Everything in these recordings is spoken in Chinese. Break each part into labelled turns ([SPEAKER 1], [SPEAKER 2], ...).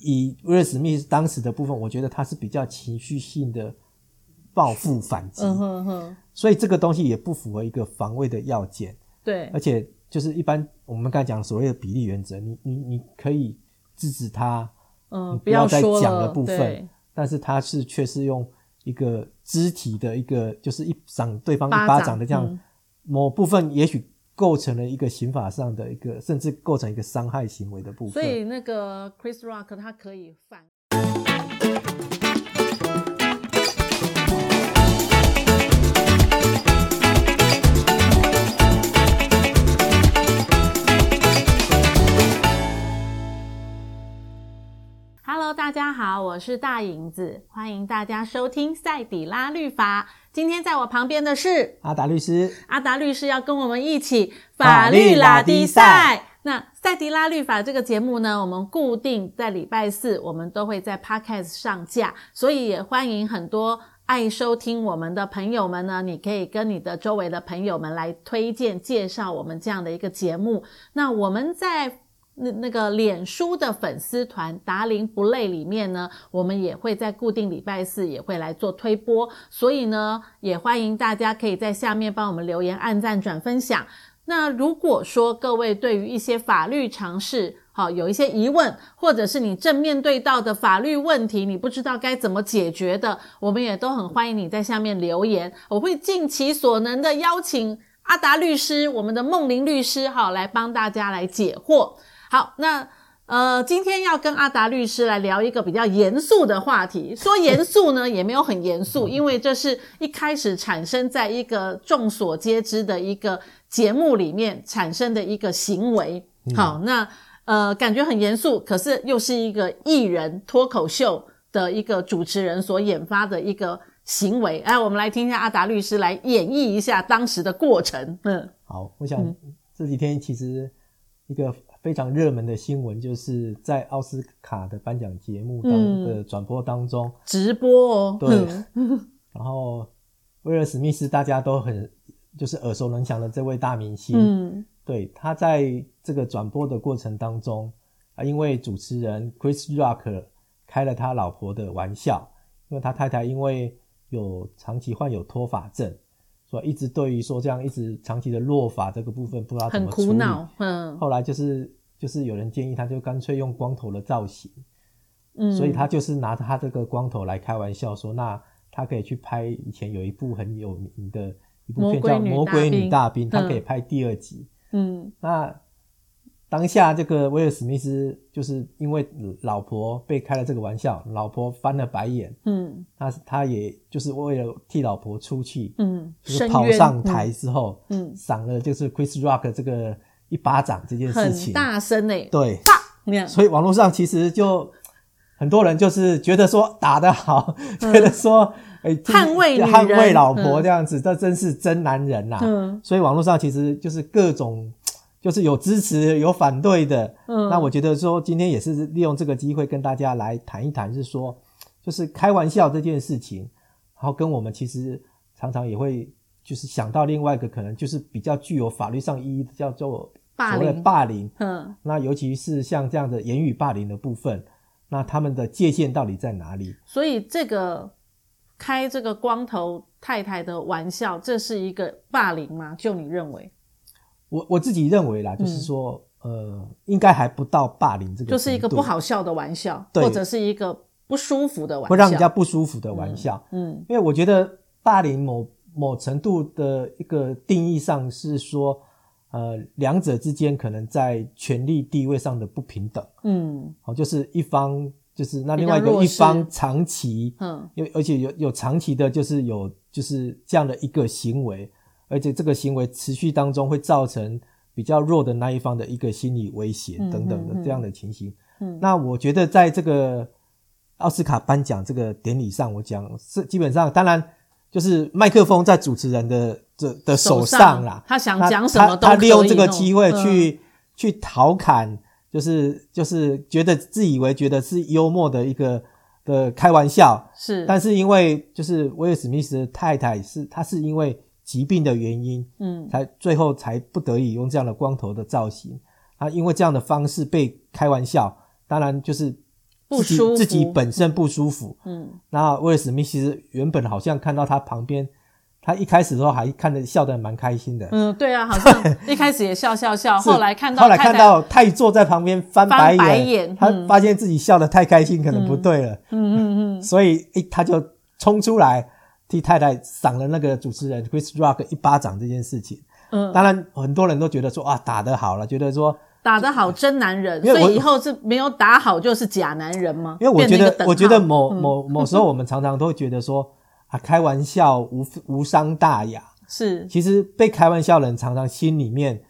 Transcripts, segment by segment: [SPEAKER 1] 以威尔史密斯当时的部分，我觉得他是比较情绪性的报复反击，
[SPEAKER 2] 嗯哼哼，
[SPEAKER 1] 所以这个东西也不符合一个防卫的要件，
[SPEAKER 2] 对
[SPEAKER 1] 而，且就是一般我们刚才讲所谓的比例原则，你你你可以制止他，
[SPEAKER 2] 嗯，
[SPEAKER 1] 你
[SPEAKER 2] 不要
[SPEAKER 1] 再
[SPEAKER 2] 说
[SPEAKER 1] 讲
[SPEAKER 2] 了
[SPEAKER 1] 的部分
[SPEAKER 2] 对，
[SPEAKER 1] 但是他是却是用一个肢体的一个，就是一掌对方一
[SPEAKER 2] 巴
[SPEAKER 1] 巴
[SPEAKER 2] 掌
[SPEAKER 1] 掌的这样，
[SPEAKER 2] 嗯
[SPEAKER 1] 某部分也许构成了一个刑法上的一个，甚至构成一个伤害行为的部
[SPEAKER 2] 所
[SPEAKER 1] 分。
[SPEAKER 2] 以那个 Chris Rock 他可以反。Hello，大家好，我是大影子，欢迎大家收听赛底拉律法。今天在我旁边的是
[SPEAKER 1] 阿达律师，
[SPEAKER 2] 阿达律师要跟我们一起法
[SPEAKER 1] 法
[SPEAKER 2] 律
[SPEAKER 1] 律
[SPEAKER 2] 拉
[SPEAKER 1] 拉
[SPEAKER 2] 迪
[SPEAKER 1] 低
[SPEAKER 2] 赛
[SPEAKER 1] 赛。
[SPEAKER 2] 那赛迪拉律法这个节目呢，我们固定在礼拜四，我们都会在 Podcast 上架，所以也欢迎很多爱收听我们的朋友们呢，你可以跟你的周围的朋友们来推荐介绍我们这样的一个节目。那我们在那那个脸书的粉丝团“达林不累”里面呢，我们也会在固定礼拜四也会来做推播，所以呢，也欢迎大家可以在下面帮我们留言、按赞、转分享。那如果说各位对于一些法律常识，好有一些疑问，或者是你正面对到的法律问题，你不知道该怎么解决的，我们也都很欢迎你在下面留言，我会尽其所能的邀请阿达律师、我们的梦玲律师，好来帮大家来解惑。好，那呃，今天要跟阿达律师来聊一个比较严肃的话题。说严肃呢，也没有很严
[SPEAKER 1] 嗯
[SPEAKER 2] 肃，因为这是一开始产生在一个众所皆知的一个节目里面产生的一个行为。
[SPEAKER 1] 嗯
[SPEAKER 2] 好，那呃，感觉很严肃，可是又是一个艺人脱口秀的一个主持人所引发的一个行为。哎，我们来听一下阿达律师来演绎一下当时的过程。嗯，
[SPEAKER 1] 好，我想这几天其实一个非常热门的新闻，就是在奥斯卡的颁奖节目当
[SPEAKER 2] 嗯
[SPEAKER 1] 的转播当中，
[SPEAKER 2] 直播哦，
[SPEAKER 1] 对
[SPEAKER 2] 嗯
[SPEAKER 1] 然后威尔史密斯大家都很就是耳熟能详的这位大明星，
[SPEAKER 2] 嗯
[SPEAKER 1] 对，他在这个转播的过程当中啊，因为主持人 Chris Rock 开了他老婆的玩笑，因为他太太因为有长期患有脱发症，所以一直对于说这样一直长期的落发这个部分不知道怎
[SPEAKER 2] 很
[SPEAKER 1] 么处
[SPEAKER 2] 苦
[SPEAKER 1] 理。
[SPEAKER 2] 恼，嗯
[SPEAKER 1] 后来就是就是有人建议他就干脆用光头的造型，
[SPEAKER 2] 嗯，
[SPEAKER 1] 所以他就是拿他这个光头来开玩笑说，那他可以去拍以前有一部很有名的一部片叫《
[SPEAKER 2] 魔
[SPEAKER 1] 魔
[SPEAKER 2] 鬼
[SPEAKER 1] 鬼
[SPEAKER 2] 女
[SPEAKER 1] 女
[SPEAKER 2] 大
[SPEAKER 1] 大
[SPEAKER 2] 兵
[SPEAKER 1] 兵》，
[SPEAKER 2] 嗯
[SPEAKER 1] 他可以拍第二集。
[SPEAKER 2] 嗯
[SPEAKER 1] 那当下这个威尔史密斯就是因为老婆被开了这个玩笑，老婆翻了白眼，
[SPEAKER 2] 嗯
[SPEAKER 1] 他他也就是为了替老婆出气，
[SPEAKER 2] 嗯，
[SPEAKER 1] 就是
[SPEAKER 2] 深
[SPEAKER 1] 跑
[SPEAKER 2] 渊
[SPEAKER 1] 上台之后，
[SPEAKER 2] 嗯嗯
[SPEAKER 1] 赏了就是 Chris Rock 这个一巴掌这件
[SPEAKER 2] 嗯
[SPEAKER 1] 事
[SPEAKER 2] 很
[SPEAKER 1] 情，
[SPEAKER 2] 大声诶，
[SPEAKER 1] 对，
[SPEAKER 2] 你看，
[SPEAKER 1] 所以网络上其实就很多人就是觉得说打得好，觉得说哎、替
[SPEAKER 2] 嗯捍卫女人
[SPEAKER 1] 捍卫老婆
[SPEAKER 2] 嗯
[SPEAKER 1] 这样子，这真是真男人啊呐、
[SPEAKER 2] 嗯
[SPEAKER 1] 所以网络上其实就是各种，就是有支持有反对的。
[SPEAKER 2] 嗯
[SPEAKER 1] 那我觉得说今天也是利用这个机会跟大家来谈一谈，是说就是开玩笑这件事情，然后跟我们其实常常也会就是想到另外一个可能就是比较具有法律上意义的叫做
[SPEAKER 2] 霸
[SPEAKER 1] 所谓的
[SPEAKER 2] 凌
[SPEAKER 1] 霸凌。
[SPEAKER 2] 嗯
[SPEAKER 1] 那尤其是像这样的言语霸凌的部分，那他们的界限到底在哪里？
[SPEAKER 2] 所以这个开这个光头太太的玩笑，这是一个霸凌吗？就你认为，
[SPEAKER 1] 我我自己认为啦，就是说，呃，应该还不到霸凌这个，
[SPEAKER 2] 嗯就是一个不，好笑的玩笑，
[SPEAKER 1] 对
[SPEAKER 2] 或者是一个不舒服的玩笑，
[SPEAKER 1] 会让人家不舒服的玩笑。
[SPEAKER 2] 嗯
[SPEAKER 1] 因为我觉得霸凌某某程度的一个定义上是说，呃，两者之间可能在权力地位上的不平等，
[SPEAKER 2] 嗯
[SPEAKER 1] 哦，就是一方就是那
[SPEAKER 2] 比较
[SPEAKER 1] 另外一
[SPEAKER 2] 弱
[SPEAKER 1] 个
[SPEAKER 2] 势
[SPEAKER 1] 一方长期
[SPEAKER 2] 嗯
[SPEAKER 1] 因为而且有有长期的，就是有就是这样的一个行为，而且这个行为持续当中会造成比较弱的那一方的一个心理威胁
[SPEAKER 2] 嗯
[SPEAKER 1] 等等
[SPEAKER 2] 嗯嗯
[SPEAKER 1] 的这样的情形。
[SPEAKER 2] 嗯
[SPEAKER 1] 那我觉得在这个奥斯卡颁奖这个典礼上，我讲是基本上，当然就是麦克风在主持人的这的手上啦，
[SPEAKER 2] 他想
[SPEAKER 1] 那
[SPEAKER 2] 讲什么都
[SPEAKER 1] 他他
[SPEAKER 2] 可
[SPEAKER 1] 利
[SPEAKER 2] 以
[SPEAKER 1] 用这个
[SPEAKER 2] 弄
[SPEAKER 1] 机会
[SPEAKER 2] 嗯
[SPEAKER 1] 去、去调侃，就是就是觉得自以为觉得是幽默的一个的开玩笑，
[SPEAKER 2] 是，
[SPEAKER 1] 但是因为就是威尔史密斯的太太是她是因为疾病的原因，
[SPEAKER 2] 嗯
[SPEAKER 1] 才最后才不得已用这样的光头的造型。啊，因为这样的方式被开玩笑，当然就是
[SPEAKER 2] 不
[SPEAKER 1] 自己
[SPEAKER 2] 舒服
[SPEAKER 1] 自己本身不舒服。
[SPEAKER 2] 嗯，
[SPEAKER 1] 那威尔史密斯原本好像看到他旁边，他一开始的时候还看着笑得蛮开心的，
[SPEAKER 2] 嗯，对啊，好像一开始也笑笑笑，
[SPEAKER 1] 是
[SPEAKER 2] 后来看到
[SPEAKER 1] 后来
[SPEAKER 2] 太太
[SPEAKER 1] 看到太座在旁边翻白眼，
[SPEAKER 2] 翻白眼
[SPEAKER 1] 他
[SPEAKER 2] 嗯
[SPEAKER 1] 发现自己笑得太开心，可能不对了，
[SPEAKER 2] 嗯嗯嗯，
[SPEAKER 1] 所以一他就冲出来替太太赏了那个主持人 Chris Rock 一巴掌这件事情。
[SPEAKER 2] 嗯
[SPEAKER 1] 当然很多人都觉得说啊打得好了，觉得说，
[SPEAKER 2] 打得好真男人，
[SPEAKER 1] 因为
[SPEAKER 2] 所
[SPEAKER 1] 我
[SPEAKER 2] 以以后是没有打好就是假男人吗？
[SPEAKER 1] 因为我觉
[SPEAKER 2] 变成一个
[SPEAKER 1] 得
[SPEAKER 2] 等
[SPEAKER 1] 我觉得
[SPEAKER 2] 号嗯
[SPEAKER 1] 某 某某时候我们常常都会觉得说啊开玩笑无无伤大雅，
[SPEAKER 2] 是
[SPEAKER 1] 其实被开玩笑的人常常心里面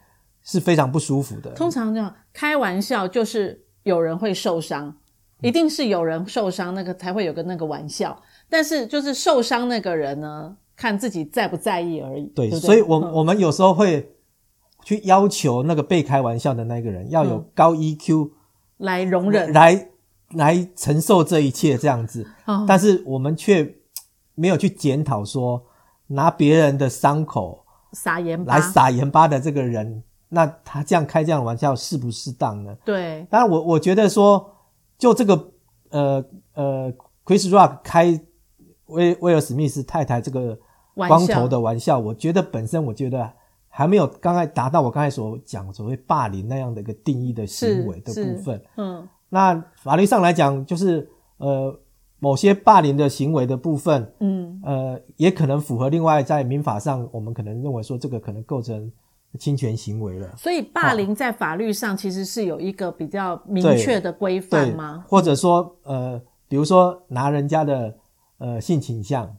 [SPEAKER 1] 是非常不舒服的。
[SPEAKER 2] 通常这样开玩笑就是有人会受伤，一定是有人受伤，那个才会有个那个玩笑。但是就是受伤那个人呢，看自己在不在意而已。
[SPEAKER 1] 对，
[SPEAKER 2] 不对
[SPEAKER 1] 所以我、
[SPEAKER 2] 嗯
[SPEAKER 1] 我们有时候会去要求那个被开玩笑的那个人要有
[SPEAKER 2] 嗯
[SPEAKER 1] 高 EQ
[SPEAKER 2] 来容忍，
[SPEAKER 1] 来、来承受这一切这样子，
[SPEAKER 2] 哦
[SPEAKER 1] 但是我们却嘖没有去检讨说拿别人的伤口
[SPEAKER 2] 撒盐巴
[SPEAKER 1] 来，撒盐巴的这个人，那他这样开这样的玩笑适不适当呢？
[SPEAKER 2] 对，
[SPEAKER 1] 当然我，我觉得说，就这个呃呃，Chris Rock 开威威尔史密斯太太这个
[SPEAKER 2] 玩
[SPEAKER 1] 光
[SPEAKER 2] 笑
[SPEAKER 1] 头的玩笑，我觉得本身我觉得还没有刚才达到我刚才所讲所谓霸凌那样的一个定义的
[SPEAKER 2] 是
[SPEAKER 1] 行为的
[SPEAKER 2] 是
[SPEAKER 1] 部分。
[SPEAKER 2] 嗯
[SPEAKER 1] 那法律上来讲，就是呃某些霸凌的行为的部分，
[SPEAKER 2] 嗯，
[SPEAKER 1] 呃也可能符合另外在民法上，我们可能认为说这个可能构成侵权行为了。
[SPEAKER 2] 所以霸凌在法律上其实是有一个比较明
[SPEAKER 1] 对
[SPEAKER 2] 确的规范
[SPEAKER 1] 对
[SPEAKER 2] 吗？，
[SPEAKER 1] 或者说呃，比如说拿人家的呃性倾向，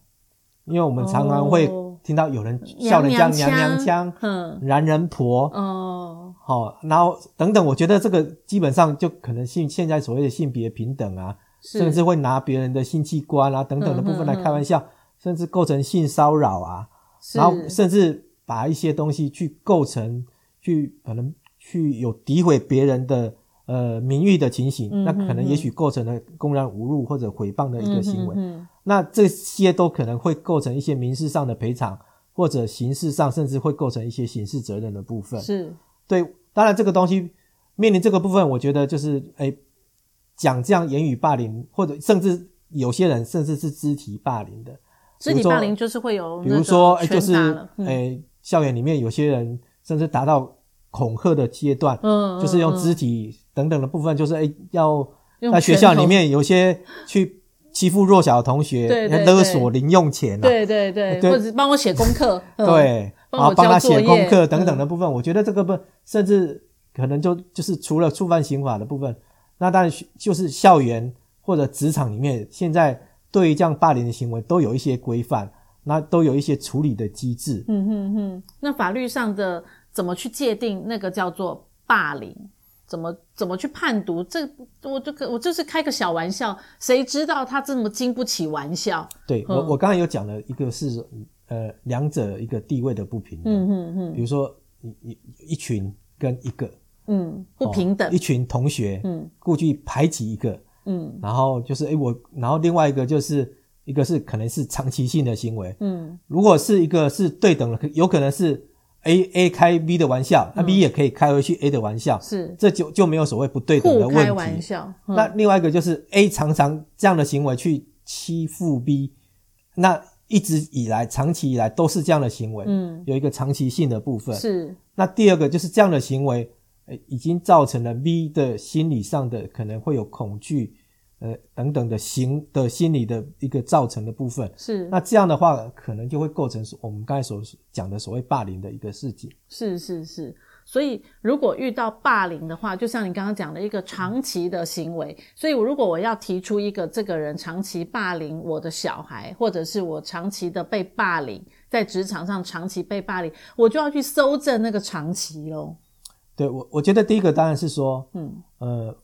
[SPEAKER 1] 因为我们常常会
[SPEAKER 2] 哦
[SPEAKER 1] 听到有人笑人家娘娘腔、
[SPEAKER 2] 嗯
[SPEAKER 1] 男人婆，
[SPEAKER 2] 哦
[SPEAKER 1] 好、然后等等，我觉得这个基本上就可能性现在所谓的性别平等啊，
[SPEAKER 2] 是嗯
[SPEAKER 1] 甚至会拿别人的性器官啊等等的部分来开玩笑，甚至构成性骚扰啊，
[SPEAKER 2] 是
[SPEAKER 1] 然后甚至把一些东西去构成，去可能去有诋毁别人的呃名誉的情形，
[SPEAKER 2] 嗯
[SPEAKER 1] 那可
[SPEAKER 2] 嗯
[SPEAKER 1] 能也许构成了公然侮辱或者诽谤的一个行为，
[SPEAKER 2] 嗯嗯
[SPEAKER 1] 那这些都可能会构成一些民事上的赔偿，或者刑事上甚至会构成一些刑事责任的部分
[SPEAKER 2] 嗯。是
[SPEAKER 1] 对，当然这个东西面临这个部分，我觉得就是哎，讲这样言语霸凌，或者甚至有些人甚至是肢体霸凌的，
[SPEAKER 2] 肢
[SPEAKER 1] 比如
[SPEAKER 2] 体
[SPEAKER 1] 说
[SPEAKER 2] 霸凌就是会有哦那
[SPEAKER 1] 比
[SPEAKER 2] 个
[SPEAKER 1] 如说，哎、就
[SPEAKER 2] 拳打
[SPEAKER 1] 是
[SPEAKER 2] 了
[SPEAKER 1] 哎、
[SPEAKER 2] 嗯
[SPEAKER 1] 校园里面有些人甚至达到恐吓的阶段，
[SPEAKER 2] 嗯
[SPEAKER 1] 就是用肢
[SPEAKER 2] 体
[SPEAKER 1] 体等等的部分，就是哎、要在学校里，
[SPEAKER 2] 用拳
[SPEAKER 1] 面有些去欺负弱小的同学，
[SPEAKER 2] 对对
[SPEAKER 1] 勒
[SPEAKER 2] 对
[SPEAKER 1] 索零用钱
[SPEAKER 2] 头
[SPEAKER 1] 啊，
[SPEAKER 2] 对对对，
[SPEAKER 1] 对
[SPEAKER 2] 或者是帮我写功课， 嗯，
[SPEAKER 1] 对，
[SPEAKER 2] 帮
[SPEAKER 1] 然后
[SPEAKER 2] 我
[SPEAKER 1] 帮
[SPEAKER 2] 交
[SPEAKER 1] 他
[SPEAKER 2] 作
[SPEAKER 1] 写功
[SPEAKER 2] 业嗯
[SPEAKER 1] 课等等的部分，我觉得这个不甚至可能就就是除了触犯刑法的部分，那当然学就是校园或者职场里面，现在对于这样霸凌的行为都有一些规范，那都有一些处理的机制。
[SPEAKER 2] 嗯哼哼。那法律上的怎么去界定那个叫做霸凌？怎么怎么去判读？这我就可我就是开个小玩笑，谁知道他这么经不起玩笑？
[SPEAKER 1] 对我
[SPEAKER 2] 嗯
[SPEAKER 1] 我刚才有讲了一个是呃两者一个地位的不平等，
[SPEAKER 2] 嗯哼哼，
[SPEAKER 1] 比如说你你一群跟一个
[SPEAKER 2] 嗯，不
[SPEAKER 1] 哦
[SPEAKER 2] 平等，
[SPEAKER 1] 一群同学
[SPEAKER 2] 嗯
[SPEAKER 1] 故去排挤一个。
[SPEAKER 2] 嗯
[SPEAKER 1] 然后就是诶我，然后另外一个就是一个是可能是长期性的行为，
[SPEAKER 2] 嗯
[SPEAKER 1] 如果是一个是对等的，可有可能是 A A 开 B 的玩笑，
[SPEAKER 2] 嗯
[SPEAKER 1] 那 B 也可以开回去 A 的玩笑，
[SPEAKER 2] 是
[SPEAKER 1] 这就就没有所谓不对等的
[SPEAKER 2] 互开
[SPEAKER 1] 问
[SPEAKER 2] 玩
[SPEAKER 1] 题。
[SPEAKER 2] 笑，嗯
[SPEAKER 1] 那另外一个就是 A 常常这样的行为去欺负 B，那一直以来长期以来都是这样的行为，
[SPEAKER 2] 嗯
[SPEAKER 1] 有一个长期性的部分。
[SPEAKER 2] 是
[SPEAKER 1] 那第二个就是这样的行为，呃，已经造成了 V 的心理上的可能会有恐惧，呃等等的行的心理的一个造成的部分。
[SPEAKER 2] 是
[SPEAKER 1] 那这样的话，可能就会构成我们刚才所讲的所谓霸凌的一个事情。
[SPEAKER 2] 是是是，所以如果遇到霸凌的话，就像你刚刚讲的一个长期的行为，所以我如果我要提出一个这个人长期霸凌我的小孩，或者是我长期的被霸凌，在职场上长期被霸凌，我就要去搜证那个长期喽。
[SPEAKER 1] 对我，我觉得第一个当然是说，
[SPEAKER 2] 嗯
[SPEAKER 1] 呃，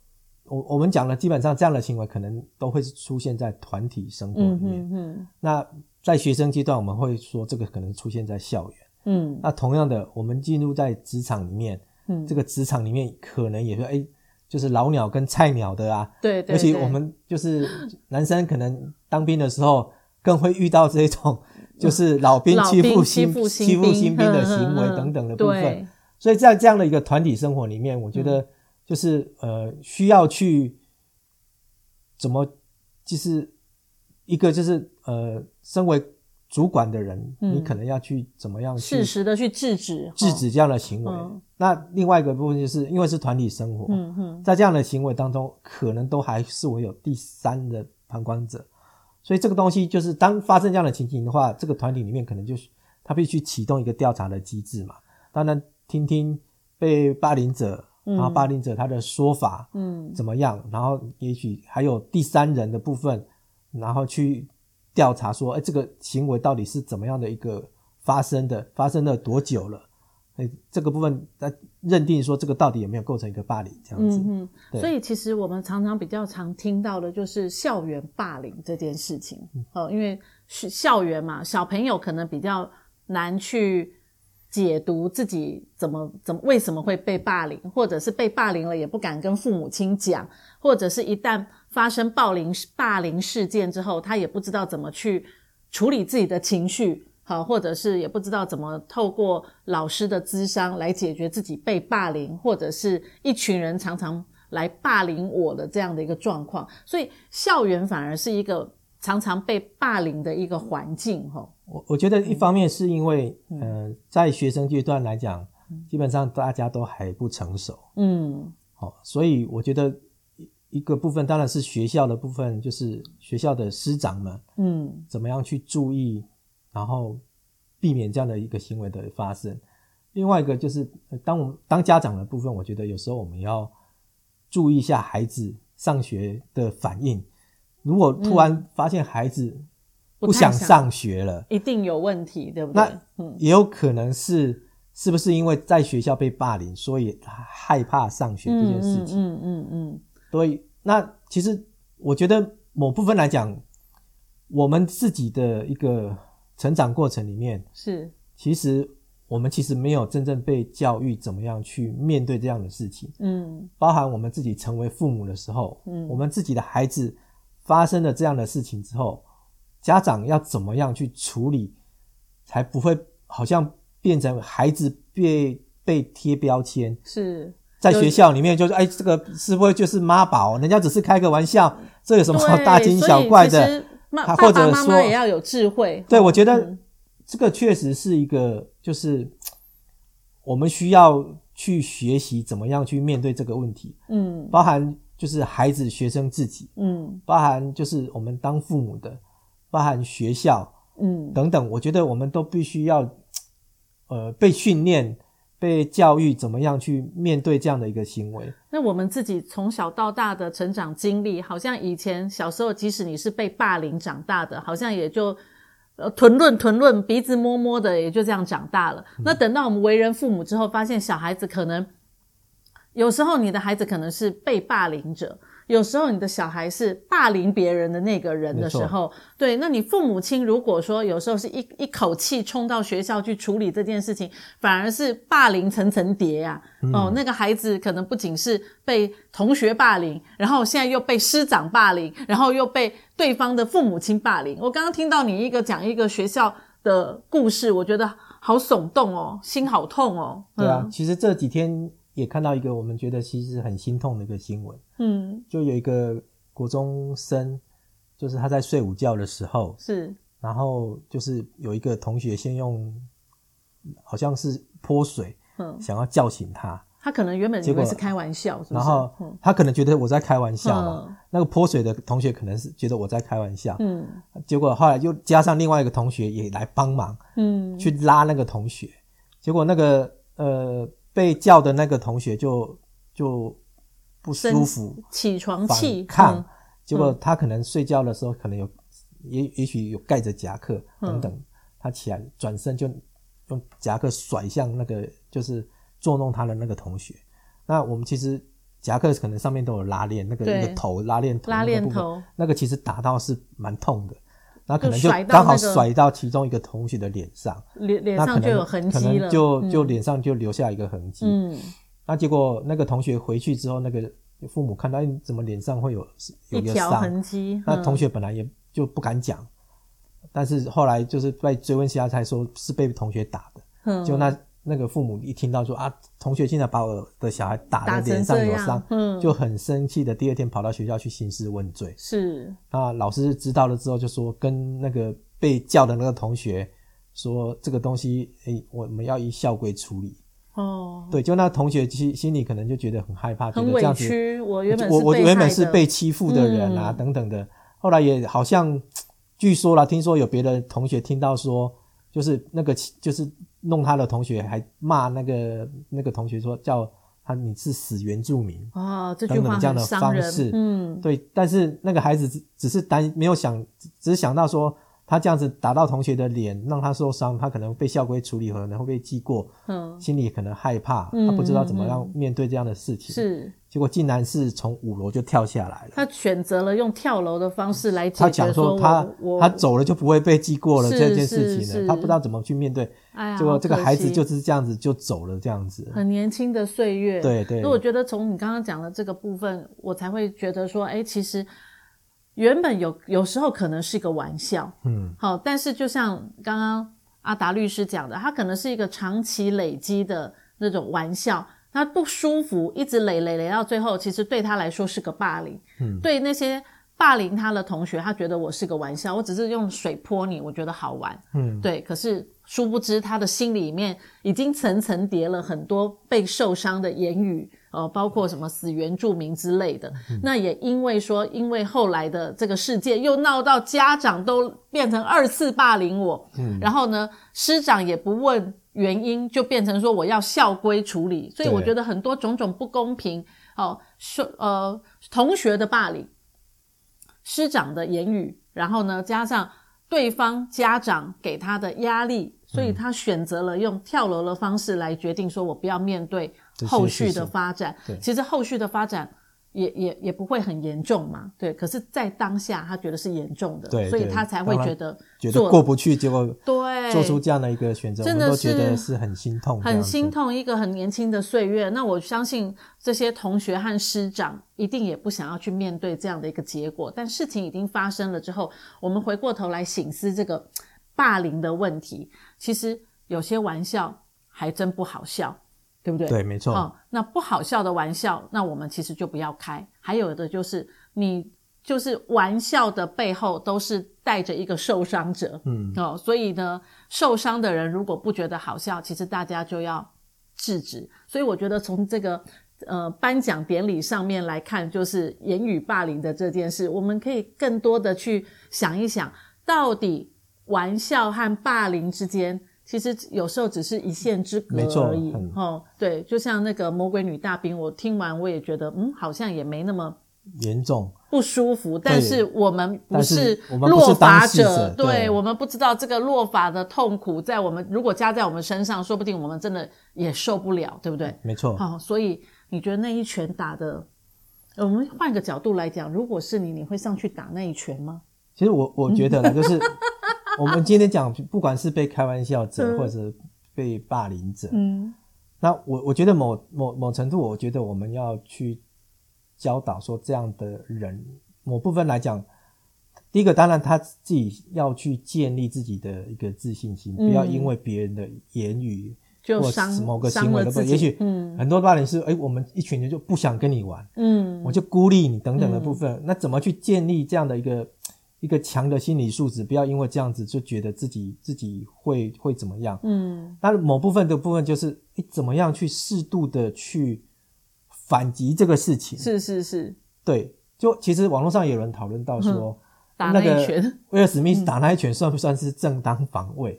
[SPEAKER 1] 我我们讲了，基本上这样的行为可能都会出现在团体生活里
[SPEAKER 2] 嗯
[SPEAKER 1] 面。
[SPEAKER 2] 嗯嗯
[SPEAKER 1] 那在学生阶段，我们会说这个可能出现在校园。
[SPEAKER 2] 嗯
[SPEAKER 1] 那同样的，我们进入在职场里面，
[SPEAKER 2] 嗯，
[SPEAKER 1] 这
[SPEAKER 2] 个
[SPEAKER 1] 个职场里面可能也会哎、就是老鸟跟菜鸟的啊。
[SPEAKER 2] 对对，
[SPEAKER 1] 尤其
[SPEAKER 2] 对
[SPEAKER 1] 我们就是男生，可能当兵的时候更会遇到这 种，就是老兵
[SPEAKER 2] 老
[SPEAKER 1] 欺负
[SPEAKER 2] 兵
[SPEAKER 1] 新
[SPEAKER 2] 负新
[SPEAKER 1] 欺负新兵的
[SPEAKER 2] 嗯
[SPEAKER 1] 行为
[SPEAKER 2] 嗯嗯
[SPEAKER 1] 等等的部分。
[SPEAKER 2] 对嗯
[SPEAKER 1] 所以在这样的一个团体生活里面，我觉得就是呃需要去呃怎么就是一个就是呃，身为主管的人，
[SPEAKER 2] 嗯
[SPEAKER 1] 你可能要去怎么样去
[SPEAKER 2] 适时的去制止，
[SPEAKER 1] 制
[SPEAKER 2] 哦，
[SPEAKER 1] 止这样的行为。
[SPEAKER 2] 嗯
[SPEAKER 1] 那另外一个部分就是因为是团体生活，
[SPEAKER 2] 嗯哼，
[SPEAKER 1] 在这样的行为当中，可能都还是会有第三的旁观者，所以这个东西就是当发生这样的情形的话，这个团体里面可能就是他必须启动一个调查的机制嘛。当然，听听被霸凌者，
[SPEAKER 2] 嗯
[SPEAKER 1] 然后霸凌者他的说法
[SPEAKER 2] 嗯
[SPEAKER 1] 怎么样，然后也许还有第三人的部分，然后去调查说，哎，这个行为到底是怎么样的一个发生的，发生了多久了？哎，这个部分他认定说这个到底有没有构成一个霸凌这样子。
[SPEAKER 2] 嗯哼，
[SPEAKER 1] 对
[SPEAKER 2] 所以其实我们常常比较常听到的就是校园霸凌这件事情，
[SPEAKER 1] 嗯
[SPEAKER 2] 呃，因为是校园嘛，小朋友可能比较难去解读自己怎么怎么为什么会被霸凌，或者是被霸凌了也不敢跟父母亲讲，或者是一旦发生暴凌霸凌事件之后，他也不知道怎么去处理自己的情绪，好，或者是也不知道怎么透过老师的咨商来解决自己被霸凌，或者是一群人常常来霸凌我的这样的一个状况，所以校园反而是一个常常被霸凌的一个环境，吼，
[SPEAKER 1] 我我觉得一方面是因为，呃，在学生阶段来讲，基本上大家都还不成熟，
[SPEAKER 2] 嗯
[SPEAKER 1] 哦，所以我觉得一一个部分当然是学校的部分，就是学校的师长们
[SPEAKER 2] 嗯
[SPEAKER 1] 怎么样去注意，然后避免这样的一个行为的发生。另外一个就是，呃当我们当家长的部分，我觉得有时候我们要注意一下孩子上学的反应。如果突然发现孩子
[SPEAKER 2] 嗯不
[SPEAKER 1] 不
[SPEAKER 2] 太
[SPEAKER 1] 想
[SPEAKER 2] 想
[SPEAKER 1] 上学了，
[SPEAKER 2] 一定有问题，对不对？
[SPEAKER 1] 那也有可能是是不是因为在学校被霸凌，所以他害怕上学这件事情？
[SPEAKER 2] 嗯嗯嗯嗯
[SPEAKER 1] 所以那其实我觉得某部分来讲，我们自己的一个成长过程里面，
[SPEAKER 2] 是，
[SPEAKER 1] 其实我们其实没有真正被教育怎么样去面对这样的事情，
[SPEAKER 2] 嗯
[SPEAKER 1] 包含我们自己成为父母的时候，
[SPEAKER 2] 嗯
[SPEAKER 1] 我们自己的孩子发生了这样的事情之后，家长要怎么样去处理，才不会好像变成孩子被被贴标签，
[SPEAKER 2] 是。
[SPEAKER 1] 在
[SPEAKER 2] 有
[SPEAKER 1] 学校里面就是哎，这个是不是就是妈宝？人家只是开个玩笑，这有什么
[SPEAKER 2] 对，
[SPEAKER 1] 大惊小怪
[SPEAKER 2] 所以其
[SPEAKER 1] 的？
[SPEAKER 2] 实妈
[SPEAKER 1] 他
[SPEAKER 2] 爸
[SPEAKER 1] 或者
[SPEAKER 2] 爸妈妈
[SPEAKER 1] 说
[SPEAKER 2] 也要有智慧。
[SPEAKER 1] 对，
[SPEAKER 2] 哦
[SPEAKER 1] 我觉得
[SPEAKER 2] 嗯
[SPEAKER 1] 这个确实是一个，就是我们需要去学习怎么样去面对这个问题，
[SPEAKER 2] 嗯
[SPEAKER 1] 包含就是孩子、学生自己。
[SPEAKER 2] 嗯
[SPEAKER 1] 包含就是我们当父母的，包含学校
[SPEAKER 2] 嗯
[SPEAKER 1] 等等，我觉得我们都必须要，呃，被训练、被教育怎么样去面对这样的一个行为。
[SPEAKER 2] 那我们自己从小到大的成长经历，好像以前小时候，即使你是被霸凌长大的，好像也就。呃，吞论吞论，鼻子摸摸的，也就这样长大了。那等到我们为人父母之后，发现小孩子可能有时候你的孩子可能是被霸凌者，有时候你的小孩是霸凌别人的那个人的时候，哦对，那你父母亲如果说有时候是一一口气冲到学校去处理这件事情，反而是霸凌层层叠呀、
[SPEAKER 1] 嗯
[SPEAKER 2] 哦，那个孩子可能不仅是被同学霸凌，然后现在又被师长霸凌，然后又被对方的父母亲霸凌。我刚刚听到你一个讲一个学校的故事，我觉得好耸动哦，心好痛哦。
[SPEAKER 1] 对啊，其实这几天也看到一个我们觉得其实很心痛的一个新闻，
[SPEAKER 2] 嗯，嗯，
[SPEAKER 1] 就有一个国中生，就是他在睡午觉的时候，
[SPEAKER 2] 是，
[SPEAKER 1] 然后就是有一个同学先用好像是泼水，
[SPEAKER 2] 嗯，
[SPEAKER 1] 想要叫醒他，
[SPEAKER 2] 他可能原本以
[SPEAKER 1] 结果
[SPEAKER 2] 为是开玩笑，是不是？
[SPEAKER 1] 然后
[SPEAKER 2] 嗯
[SPEAKER 1] 他可能觉得我在开玩笑嘛，
[SPEAKER 2] 嗯
[SPEAKER 1] 那个泼水的同学可能是觉得我在开玩笑，
[SPEAKER 2] 嗯
[SPEAKER 1] 结果后来又加上另外一个同学也来帮忙
[SPEAKER 2] 嗯，
[SPEAKER 1] 去拉那个同学，结果那个呃被叫的那个同学就就不舒服，
[SPEAKER 2] 起床气
[SPEAKER 1] 反抗，
[SPEAKER 2] 嗯
[SPEAKER 1] 结果他可能睡觉的时候可能有也也许有盖着夹克
[SPEAKER 2] 嗯
[SPEAKER 1] 等等，他起来转身就用夹克甩向那个就是捉弄他的那个同学，那我们其实。夹克可能上面都有拉链，那个
[SPEAKER 2] 对
[SPEAKER 1] 那个头拉链头
[SPEAKER 2] 拉链
[SPEAKER 1] 那个部分
[SPEAKER 2] 头
[SPEAKER 1] 那个其实打到是蛮痛的，那可能
[SPEAKER 2] 就
[SPEAKER 1] 就
[SPEAKER 2] 甩到
[SPEAKER 1] 刚好
[SPEAKER 2] 那个
[SPEAKER 1] 甩到其中一个同学的脸上，
[SPEAKER 2] 脸脸
[SPEAKER 1] 那可
[SPEAKER 2] 上就
[SPEAKER 1] 能
[SPEAKER 2] 有痕
[SPEAKER 1] 可
[SPEAKER 2] 迹了，
[SPEAKER 1] 能就就脸上就留下一个痕迹。
[SPEAKER 2] 嗯，
[SPEAKER 1] 那结果那个同学回去之后，那个父母看到，哎，你怎么脸上会有有
[SPEAKER 2] 一
[SPEAKER 1] 一个
[SPEAKER 2] 条
[SPEAKER 1] 伤？
[SPEAKER 2] 痕迹。
[SPEAKER 1] 那
[SPEAKER 2] 嗯
[SPEAKER 1] 同学本来也就不敢讲，但是后来就是在追问下才说是被同学打的，
[SPEAKER 2] 嗯
[SPEAKER 1] 就那那个父母一听到说啊，同学竟然把我的小孩打
[SPEAKER 2] 打
[SPEAKER 1] 的
[SPEAKER 2] 成
[SPEAKER 1] 脸上
[SPEAKER 2] 这
[SPEAKER 1] 有
[SPEAKER 2] 样
[SPEAKER 1] 伤，
[SPEAKER 2] 嗯
[SPEAKER 1] 就很生气的，第二天跑到学校去兴师问罪。
[SPEAKER 2] 是
[SPEAKER 1] 那老师知道了之后，就说跟那个被叫的那个同学说，这个东西，诶、我们要依校规处理。
[SPEAKER 2] 哦，
[SPEAKER 1] 对，就那同学心心里可能就觉得很害怕，觉
[SPEAKER 2] 很
[SPEAKER 1] 得这样
[SPEAKER 2] 委
[SPEAKER 1] 子
[SPEAKER 2] 屈。我原本
[SPEAKER 1] 我
[SPEAKER 2] 是
[SPEAKER 1] 我
[SPEAKER 2] 被
[SPEAKER 1] 原本
[SPEAKER 2] 害
[SPEAKER 1] 是
[SPEAKER 2] 的
[SPEAKER 1] 被欺负的人啊、
[SPEAKER 2] 嗯
[SPEAKER 1] 等等的，后来也好像据说啦，听说有别的同学听到说，就是那个欺就是弄他的同学还骂那个那个同学说叫他你是死原住民，
[SPEAKER 2] 哦，这句
[SPEAKER 1] 等等
[SPEAKER 2] 话
[SPEAKER 1] 这样
[SPEAKER 2] 很
[SPEAKER 1] 的
[SPEAKER 2] 伤
[SPEAKER 1] 方
[SPEAKER 2] 人
[SPEAKER 1] 式
[SPEAKER 2] 嗯，
[SPEAKER 1] 对，但是那个孩子只只是担没有想，只只是想到说他这样子打到同学的脸，让他受伤，他可能被校规处理，可能会被记过，
[SPEAKER 2] 嗯，
[SPEAKER 1] 心里可能害怕，
[SPEAKER 2] 嗯
[SPEAKER 1] 他不知道怎么样
[SPEAKER 2] 嗯
[SPEAKER 1] 面对这样的事情，
[SPEAKER 2] 是
[SPEAKER 1] 结果竟然是从五楼就跳下来了。
[SPEAKER 2] 他选择了用跳楼的方式来
[SPEAKER 1] 他
[SPEAKER 2] 解决
[SPEAKER 1] 讲说
[SPEAKER 2] 我
[SPEAKER 1] 他
[SPEAKER 2] 我
[SPEAKER 1] 他，走了就不会被记过了
[SPEAKER 2] 是
[SPEAKER 1] 这件事
[SPEAKER 2] 是
[SPEAKER 1] 情
[SPEAKER 2] 是
[SPEAKER 1] 了，他不知道怎么去面对，
[SPEAKER 2] 哎呀，
[SPEAKER 1] 结果
[SPEAKER 2] 好
[SPEAKER 1] 这个
[SPEAKER 2] 可
[SPEAKER 1] 孩子
[SPEAKER 2] 惜
[SPEAKER 1] 就是这样子就走了这样子，
[SPEAKER 2] 很年轻的岁月，
[SPEAKER 1] 对对
[SPEAKER 2] 所以我觉得从你刚刚讲的这个部分，我才会觉得说，哎，其实原本有有时候可能是一个玩笑，
[SPEAKER 1] 嗯，
[SPEAKER 2] 好，但是就像刚刚阿达律师讲的，他可能是一个长期累积的那种玩笑，他不舒服，一直累累累到最后，其实对他来说是个霸凌。嗯，对那些霸凌他的同学，他觉得我是个玩笑，我只是用水泼你，我觉得好玩。嗯，对，可是。殊不知，他的心里面已经层层叠了很多被受伤的言语，呃，包括什么死原住民之类的。那也因为说，因为后来的这个事件又闹到家长都变成二次霸凌我，然后呢，师长也不问原因，就变成说我要校规处理。所以
[SPEAKER 1] 对
[SPEAKER 2] 我觉得很多种种不公平，哦，是呃同学的霸凌，师长的言语，然后呢，加上对方家长给他的压力，所
[SPEAKER 1] 嗯
[SPEAKER 2] 以他选择了用跳楼的方式来决定，说我不要面对
[SPEAKER 1] 这些
[SPEAKER 2] 后续
[SPEAKER 1] 事
[SPEAKER 2] 的
[SPEAKER 1] 情
[SPEAKER 2] 发展。
[SPEAKER 1] 对
[SPEAKER 2] 其实后续的发展也也也不会很严重嘛，对。可是，在当下他觉得是严重的，
[SPEAKER 1] 对
[SPEAKER 2] 所以
[SPEAKER 1] 对
[SPEAKER 2] 他才会
[SPEAKER 1] 当然
[SPEAKER 2] 觉得
[SPEAKER 1] 觉得
[SPEAKER 2] 做
[SPEAKER 1] 过不去，结果
[SPEAKER 2] 对
[SPEAKER 1] 做出这样的一个选择，我
[SPEAKER 2] 真
[SPEAKER 1] 们
[SPEAKER 2] 的
[SPEAKER 1] 都觉得
[SPEAKER 2] 是
[SPEAKER 1] 是很心痛，
[SPEAKER 2] 很心。痛一个很年轻的岁月。那我相信这些同学和师长一定也不想要去面对这样的一个结果。但事情已经发生了之后，我们回过头来醒思这个霸凌的问题，其实有些玩笑还真不好笑，对不对？
[SPEAKER 1] 对，没错，
[SPEAKER 2] 哦，那不好笑的玩笑，那我们其实就不要开。还有的就是你就是玩笑的背后都是带着一个受伤者，嗯哦，所以呢，受伤的人如果不觉得好笑，其实大家就要制止。所以我觉得从这个。呃，颁奖典礼上面来看，就是言语霸凌的这件事，我们可以更多的去想一想，到底玩笑和霸凌之间，其实有时候只是一线之隔
[SPEAKER 1] 没错
[SPEAKER 2] 而已。
[SPEAKER 1] 很
[SPEAKER 2] 哦，对，就像那个《魔鬼女大兵》，我听完我也觉得，嗯，好像也没那么
[SPEAKER 1] 严重，
[SPEAKER 2] 不舒服。但是我们不
[SPEAKER 1] 但是我们不是
[SPEAKER 2] 落法
[SPEAKER 1] 当事者
[SPEAKER 2] 对
[SPEAKER 1] 对
[SPEAKER 2] 我们不知道这个落法的痛苦，在我们如果加在我们身上，说不定我们真的也受不了，对不对？
[SPEAKER 1] 没错，
[SPEAKER 2] 好、所以你觉得那一拳打的，呃我们换个角度来讲，如果是你，你会上去打那一拳吗？
[SPEAKER 1] 其实我我觉得 啦，就是我们今天讲，不管是被开玩笑者，
[SPEAKER 2] 嗯
[SPEAKER 1] 或者被霸凌者，
[SPEAKER 2] 嗯，
[SPEAKER 1] 那我我觉得某某某程度，我觉得我们要去教导说，这样的人某部分来讲，第一个当然他自己要去建立自己的一个自信心，
[SPEAKER 2] 嗯
[SPEAKER 1] 不要因为别人的言语
[SPEAKER 2] 就
[SPEAKER 1] 或
[SPEAKER 2] 伤
[SPEAKER 1] 某个
[SPEAKER 2] 伤
[SPEAKER 1] 行为
[SPEAKER 2] 了
[SPEAKER 1] 的不，
[SPEAKER 2] 自己。
[SPEAKER 1] 也许
[SPEAKER 2] 嗯
[SPEAKER 1] 很多霸凌是哎、诶我们一群人就不想跟你玩，
[SPEAKER 2] 嗯，
[SPEAKER 1] 我就孤立你等等的部分，那怎么去建立这样的一个一个强的心理素质？不要因为这样子就觉得自己自己会会怎么样？
[SPEAKER 2] 嗯
[SPEAKER 1] 那某部分的部分就是，你怎么样去适度的去反击这个事情？
[SPEAKER 2] 是是是，
[SPEAKER 1] 对，就其实网络上有人讨论到说，
[SPEAKER 2] 打
[SPEAKER 1] 那
[SPEAKER 2] 那一拳。
[SPEAKER 1] 个威尔史密斯打那一拳算不算是正当防卫？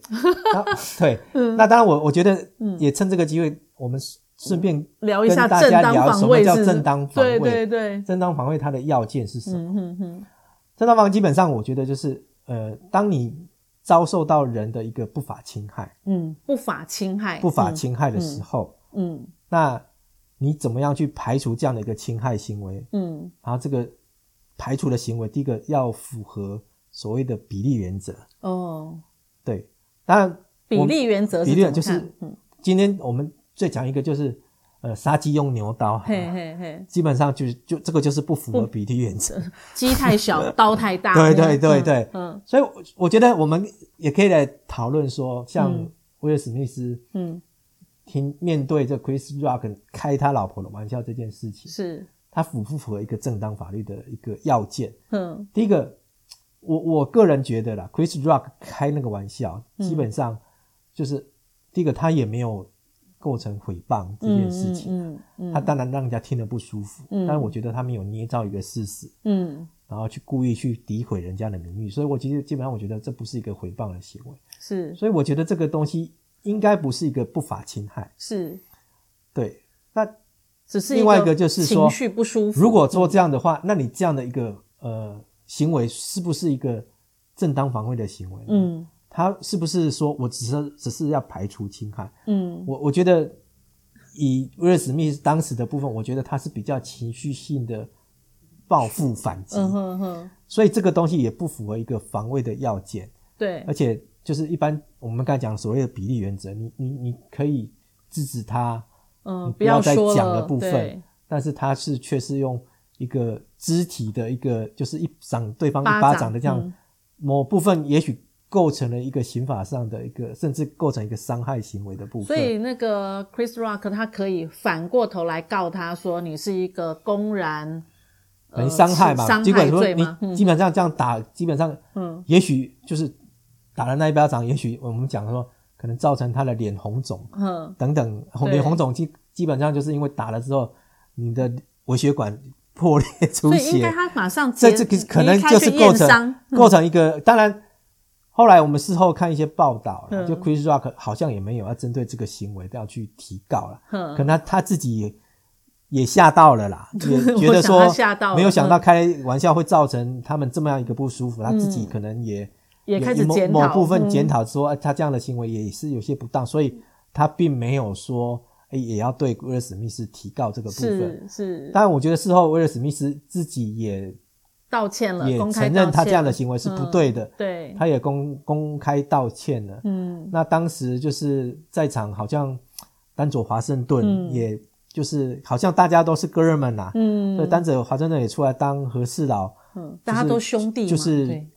[SPEAKER 1] 那对，那当然我我觉得也趁这个机会，我们顺便
[SPEAKER 2] 聊一下
[SPEAKER 1] 跟大
[SPEAKER 2] 正
[SPEAKER 1] 家
[SPEAKER 2] 当
[SPEAKER 1] 聊什
[SPEAKER 2] 防
[SPEAKER 1] 么
[SPEAKER 2] 卫
[SPEAKER 1] 叫
[SPEAKER 2] 是
[SPEAKER 1] 正当防卫？
[SPEAKER 2] 对对对，
[SPEAKER 1] 正当防卫它的要件是什么？
[SPEAKER 2] 嗯哼哼，
[SPEAKER 1] 正当防卫基本上我觉得就是，呃，当你遭受到人的一个不法侵害、
[SPEAKER 2] 嗯，不法侵害，
[SPEAKER 1] 不法侵害的时候。
[SPEAKER 2] 嗯，
[SPEAKER 1] 那你怎么样去排除这样的一个侵害行为？
[SPEAKER 2] 嗯
[SPEAKER 1] 然后这个排除的行为，第一个要符合所谓的比例原则。
[SPEAKER 2] 嗯，哦，
[SPEAKER 1] 对，当然
[SPEAKER 2] 比
[SPEAKER 1] 我
[SPEAKER 2] 例原则是
[SPEAKER 1] 比例
[SPEAKER 2] 怎么
[SPEAKER 1] 就是
[SPEAKER 2] 看嗯，
[SPEAKER 1] 今天我们最讲一个就是，呃，杀鸡用牛刀好
[SPEAKER 2] 嘿嗯
[SPEAKER 1] 了，
[SPEAKER 2] 嘿嘿，
[SPEAKER 1] 基本上就是就这个就是不符合比例原则。
[SPEAKER 2] 鸡 太小，刀太大，
[SPEAKER 1] 对
[SPEAKER 2] 这
[SPEAKER 1] 对
[SPEAKER 2] 样
[SPEAKER 1] 对
[SPEAKER 2] 嗯
[SPEAKER 1] 对
[SPEAKER 2] 嗯
[SPEAKER 1] 所以我我觉得我们也可以来讨论说，像
[SPEAKER 2] 嗯
[SPEAKER 1] 威尔史密斯
[SPEAKER 2] 嗯，
[SPEAKER 1] 听面对这 Chris Rock 开他老婆的玩笑这件事情，
[SPEAKER 2] 是，
[SPEAKER 1] 他符不符合一个正当法律的一个要件？
[SPEAKER 2] 嗯
[SPEAKER 1] 第一个，我我个人觉得啦，Chris Rock 开那个玩笑，
[SPEAKER 2] 嗯
[SPEAKER 1] 基本上就是、第一个，他也没有构成诽谤这件事情，啊
[SPEAKER 2] 嗯嗯
[SPEAKER 1] 他当然让人家听得不舒服，
[SPEAKER 2] 嗯
[SPEAKER 1] 但是我觉得他没有捏造一个事实，
[SPEAKER 2] 嗯，
[SPEAKER 1] 然后去故意去诋毁人家的名誉，所以我其实基本上我觉得这不是一个诽谤的行为，
[SPEAKER 2] 是
[SPEAKER 1] 所以我觉得这个东西应该不是一个不法侵害，
[SPEAKER 2] 是，
[SPEAKER 1] 对，那
[SPEAKER 2] 只是
[SPEAKER 1] 另外一
[SPEAKER 2] 个
[SPEAKER 1] 个就是说
[SPEAKER 2] 情绪不舒服，
[SPEAKER 1] 如果说这样的话，那你这样的一个呃行为是不是一个正当防卫的行为？，
[SPEAKER 2] 嗯
[SPEAKER 1] 他是不是说我只是只是要排除侵害？
[SPEAKER 2] 嗯
[SPEAKER 1] 我我觉得以威尔史密斯当时的部分，我觉得他是比较情绪性的报复反击，
[SPEAKER 2] 嗯哼哼，
[SPEAKER 1] 所以这个东西也不符合一个防卫的要件，
[SPEAKER 2] 对
[SPEAKER 1] 而且就是一般我们刚才讲所谓的比例原则，你你你可以制止他，
[SPEAKER 2] 嗯
[SPEAKER 1] 你，
[SPEAKER 2] 不要
[SPEAKER 1] 再
[SPEAKER 2] 说
[SPEAKER 1] 讲
[SPEAKER 2] 了
[SPEAKER 1] 的部
[SPEAKER 2] 对
[SPEAKER 1] 分，但是他是却是用一个肢体的一个，就是一掌对方一
[SPEAKER 2] 巴
[SPEAKER 1] 巴
[SPEAKER 2] 掌
[SPEAKER 1] 掌的这样，
[SPEAKER 2] 嗯
[SPEAKER 1] 某部分也许构成了一个刑法上的一个，甚至构成一个伤害行为的部
[SPEAKER 2] 所
[SPEAKER 1] 分。
[SPEAKER 2] 以那个 Chris Rock 他可以反过头来告他说你是一个公然
[SPEAKER 1] 等哎于伤害
[SPEAKER 2] 呃是
[SPEAKER 1] 嘛，
[SPEAKER 2] 伤
[SPEAKER 1] 基
[SPEAKER 2] 害
[SPEAKER 1] 本说
[SPEAKER 2] 罪嘛，
[SPEAKER 1] 你
[SPEAKER 2] 嗯
[SPEAKER 1] 基本上这样打，基本上
[SPEAKER 2] 嗯
[SPEAKER 1] 也许就是打了那一巴掌，也许我们讲说可能造成他的脸红肿
[SPEAKER 2] 嗯
[SPEAKER 1] 等等，红
[SPEAKER 2] 对
[SPEAKER 1] 脸红肿基基本上就是因为打了之后你的微血管破裂出
[SPEAKER 2] 所以应
[SPEAKER 1] 血
[SPEAKER 2] 该，他马上
[SPEAKER 1] 这这
[SPEAKER 2] 结
[SPEAKER 1] 个嗯
[SPEAKER 2] 离
[SPEAKER 1] 可能
[SPEAKER 2] 开
[SPEAKER 1] 就是
[SPEAKER 2] 去
[SPEAKER 1] 构
[SPEAKER 2] 验伤
[SPEAKER 1] 成构成一个，当然。后来我们事后看一些报道啦
[SPEAKER 2] 嗯
[SPEAKER 1] 就 Chris Rock 好像也没有要针对这个行为要去提告了，
[SPEAKER 2] 嗯
[SPEAKER 1] 可能他他自己也也吓到了 啦，也
[SPEAKER 2] 我
[SPEAKER 1] 觉得
[SPEAKER 2] 想他
[SPEAKER 1] 说
[SPEAKER 2] 吓到了
[SPEAKER 1] 没有想到开玩笑会造成他们这么样一个不舒服，他自己
[SPEAKER 2] 嗯
[SPEAKER 1] 可能也
[SPEAKER 2] 也开始
[SPEAKER 1] 某
[SPEAKER 2] 检讨嗯
[SPEAKER 1] 某部分检
[SPEAKER 2] 讨，
[SPEAKER 1] 讨说、哎他这样的行为也是有些不当，所以他并没有说、哎也要对威尔史密斯提告这个
[SPEAKER 2] 嗯
[SPEAKER 1] 部分。
[SPEAKER 2] 是是
[SPEAKER 1] 但我觉得事后威尔史密斯自己也
[SPEAKER 2] 道歉了，
[SPEAKER 1] 也
[SPEAKER 2] 公开
[SPEAKER 1] 承
[SPEAKER 2] 道
[SPEAKER 1] 认他
[SPEAKER 2] 歉
[SPEAKER 1] 这样的
[SPEAKER 2] 了
[SPEAKER 1] 行为是不
[SPEAKER 2] 嗯
[SPEAKER 1] 对的，
[SPEAKER 2] 对，
[SPEAKER 1] 他也公公开道歉了。
[SPEAKER 2] 嗯
[SPEAKER 1] 那当时就是在场，好像丹佐华盛顿，
[SPEAKER 2] 嗯
[SPEAKER 1] 也就是好像大家都是哥们呐、
[SPEAKER 2] 嗯，
[SPEAKER 1] 所以丹佐华盛顿也出来当和事佬。
[SPEAKER 2] 嗯大家都兄弟嘛，
[SPEAKER 1] 就是
[SPEAKER 2] 对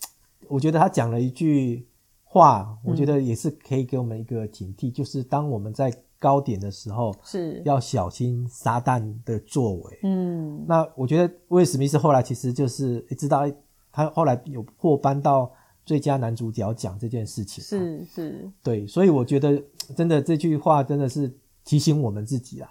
[SPEAKER 1] 我觉得他讲了一句话，我
[SPEAKER 2] 嗯
[SPEAKER 1] 觉得也是可以给我们一个警惕，就是当我们在高点的时候，
[SPEAKER 2] 是
[SPEAKER 1] 要小心撒旦的作为。
[SPEAKER 2] 嗯
[SPEAKER 1] 那我觉得威尔史密斯后来其实就是诶知道诶他后来有获颁到最佳男主角奖这件事情、啊，
[SPEAKER 2] 是是
[SPEAKER 1] 对，所以我觉得真的这句话真的是提醒我们自己啊，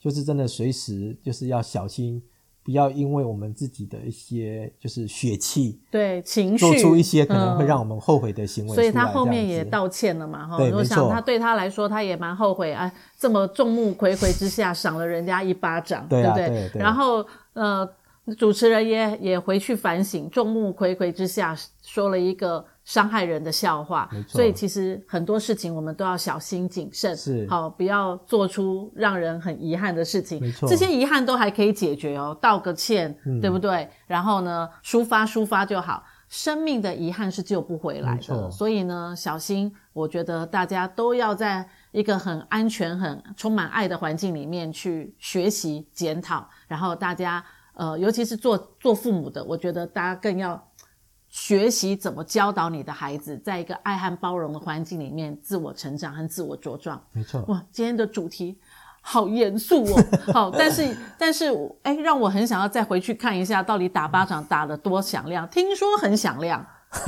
[SPEAKER 1] 就是真的随时就是要小心，不要因为我们自己的一些就是血气，
[SPEAKER 2] 对情绪
[SPEAKER 1] 做出一些可能会
[SPEAKER 2] 嗯
[SPEAKER 1] 让我们后悔的行为出
[SPEAKER 2] 所
[SPEAKER 1] 来、
[SPEAKER 2] 以他后面
[SPEAKER 1] 这
[SPEAKER 2] 也
[SPEAKER 1] 样子
[SPEAKER 2] 道歉了嘛，哈。
[SPEAKER 1] 对
[SPEAKER 2] 我
[SPEAKER 1] 没
[SPEAKER 2] 想
[SPEAKER 1] 错
[SPEAKER 2] 他对他来说，他也蛮后悔，哎，这么众目睽睽之下赏了人家一巴掌，
[SPEAKER 1] 对啊
[SPEAKER 2] 不对？
[SPEAKER 1] 对对
[SPEAKER 2] 然后呃，主持人也也回去反省，众目睽睽之下说了一个伤害人的笑话
[SPEAKER 1] 没，错
[SPEAKER 2] 所以其实很多事情我们都要小心谨慎，
[SPEAKER 1] 是
[SPEAKER 2] 好，不要做出让人很遗憾的事情。
[SPEAKER 1] 没错嗯
[SPEAKER 2] 这些遗憾都还可以解决哦，道个歉，对不对？然后呢，抒发抒发就好。生命的遗憾是救不回来
[SPEAKER 1] 没
[SPEAKER 2] 的，
[SPEAKER 1] 错
[SPEAKER 2] 所以呢，小心，我觉得大家都要在一个很安全、很充满爱的环境里面去学习、检讨，然后大家呃，尤其是做做父母的，我觉得大家更要学习怎么教导你的孩子，在一个爱和包容的环境里面自我成长和自我茁壮。
[SPEAKER 1] 没错，
[SPEAKER 2] 哇，今天的主题好严肃 哦。好，但是但是我，哎，让我很想要再回去看一下，到底打巴掌打得多响亮？听说很响 亮。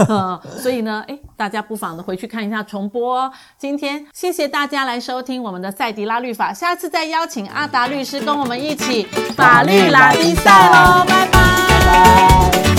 [SPEAKER 2] 呃，所以呢，哎，大家不妨的回去看一下重播、哦。今天谢谢大家来收听我们的赛迪拉律法，下次再邀请阿达律师跟我们一起法律拉比赛喽，拜拜
[SPEAKER 1] 拜拜。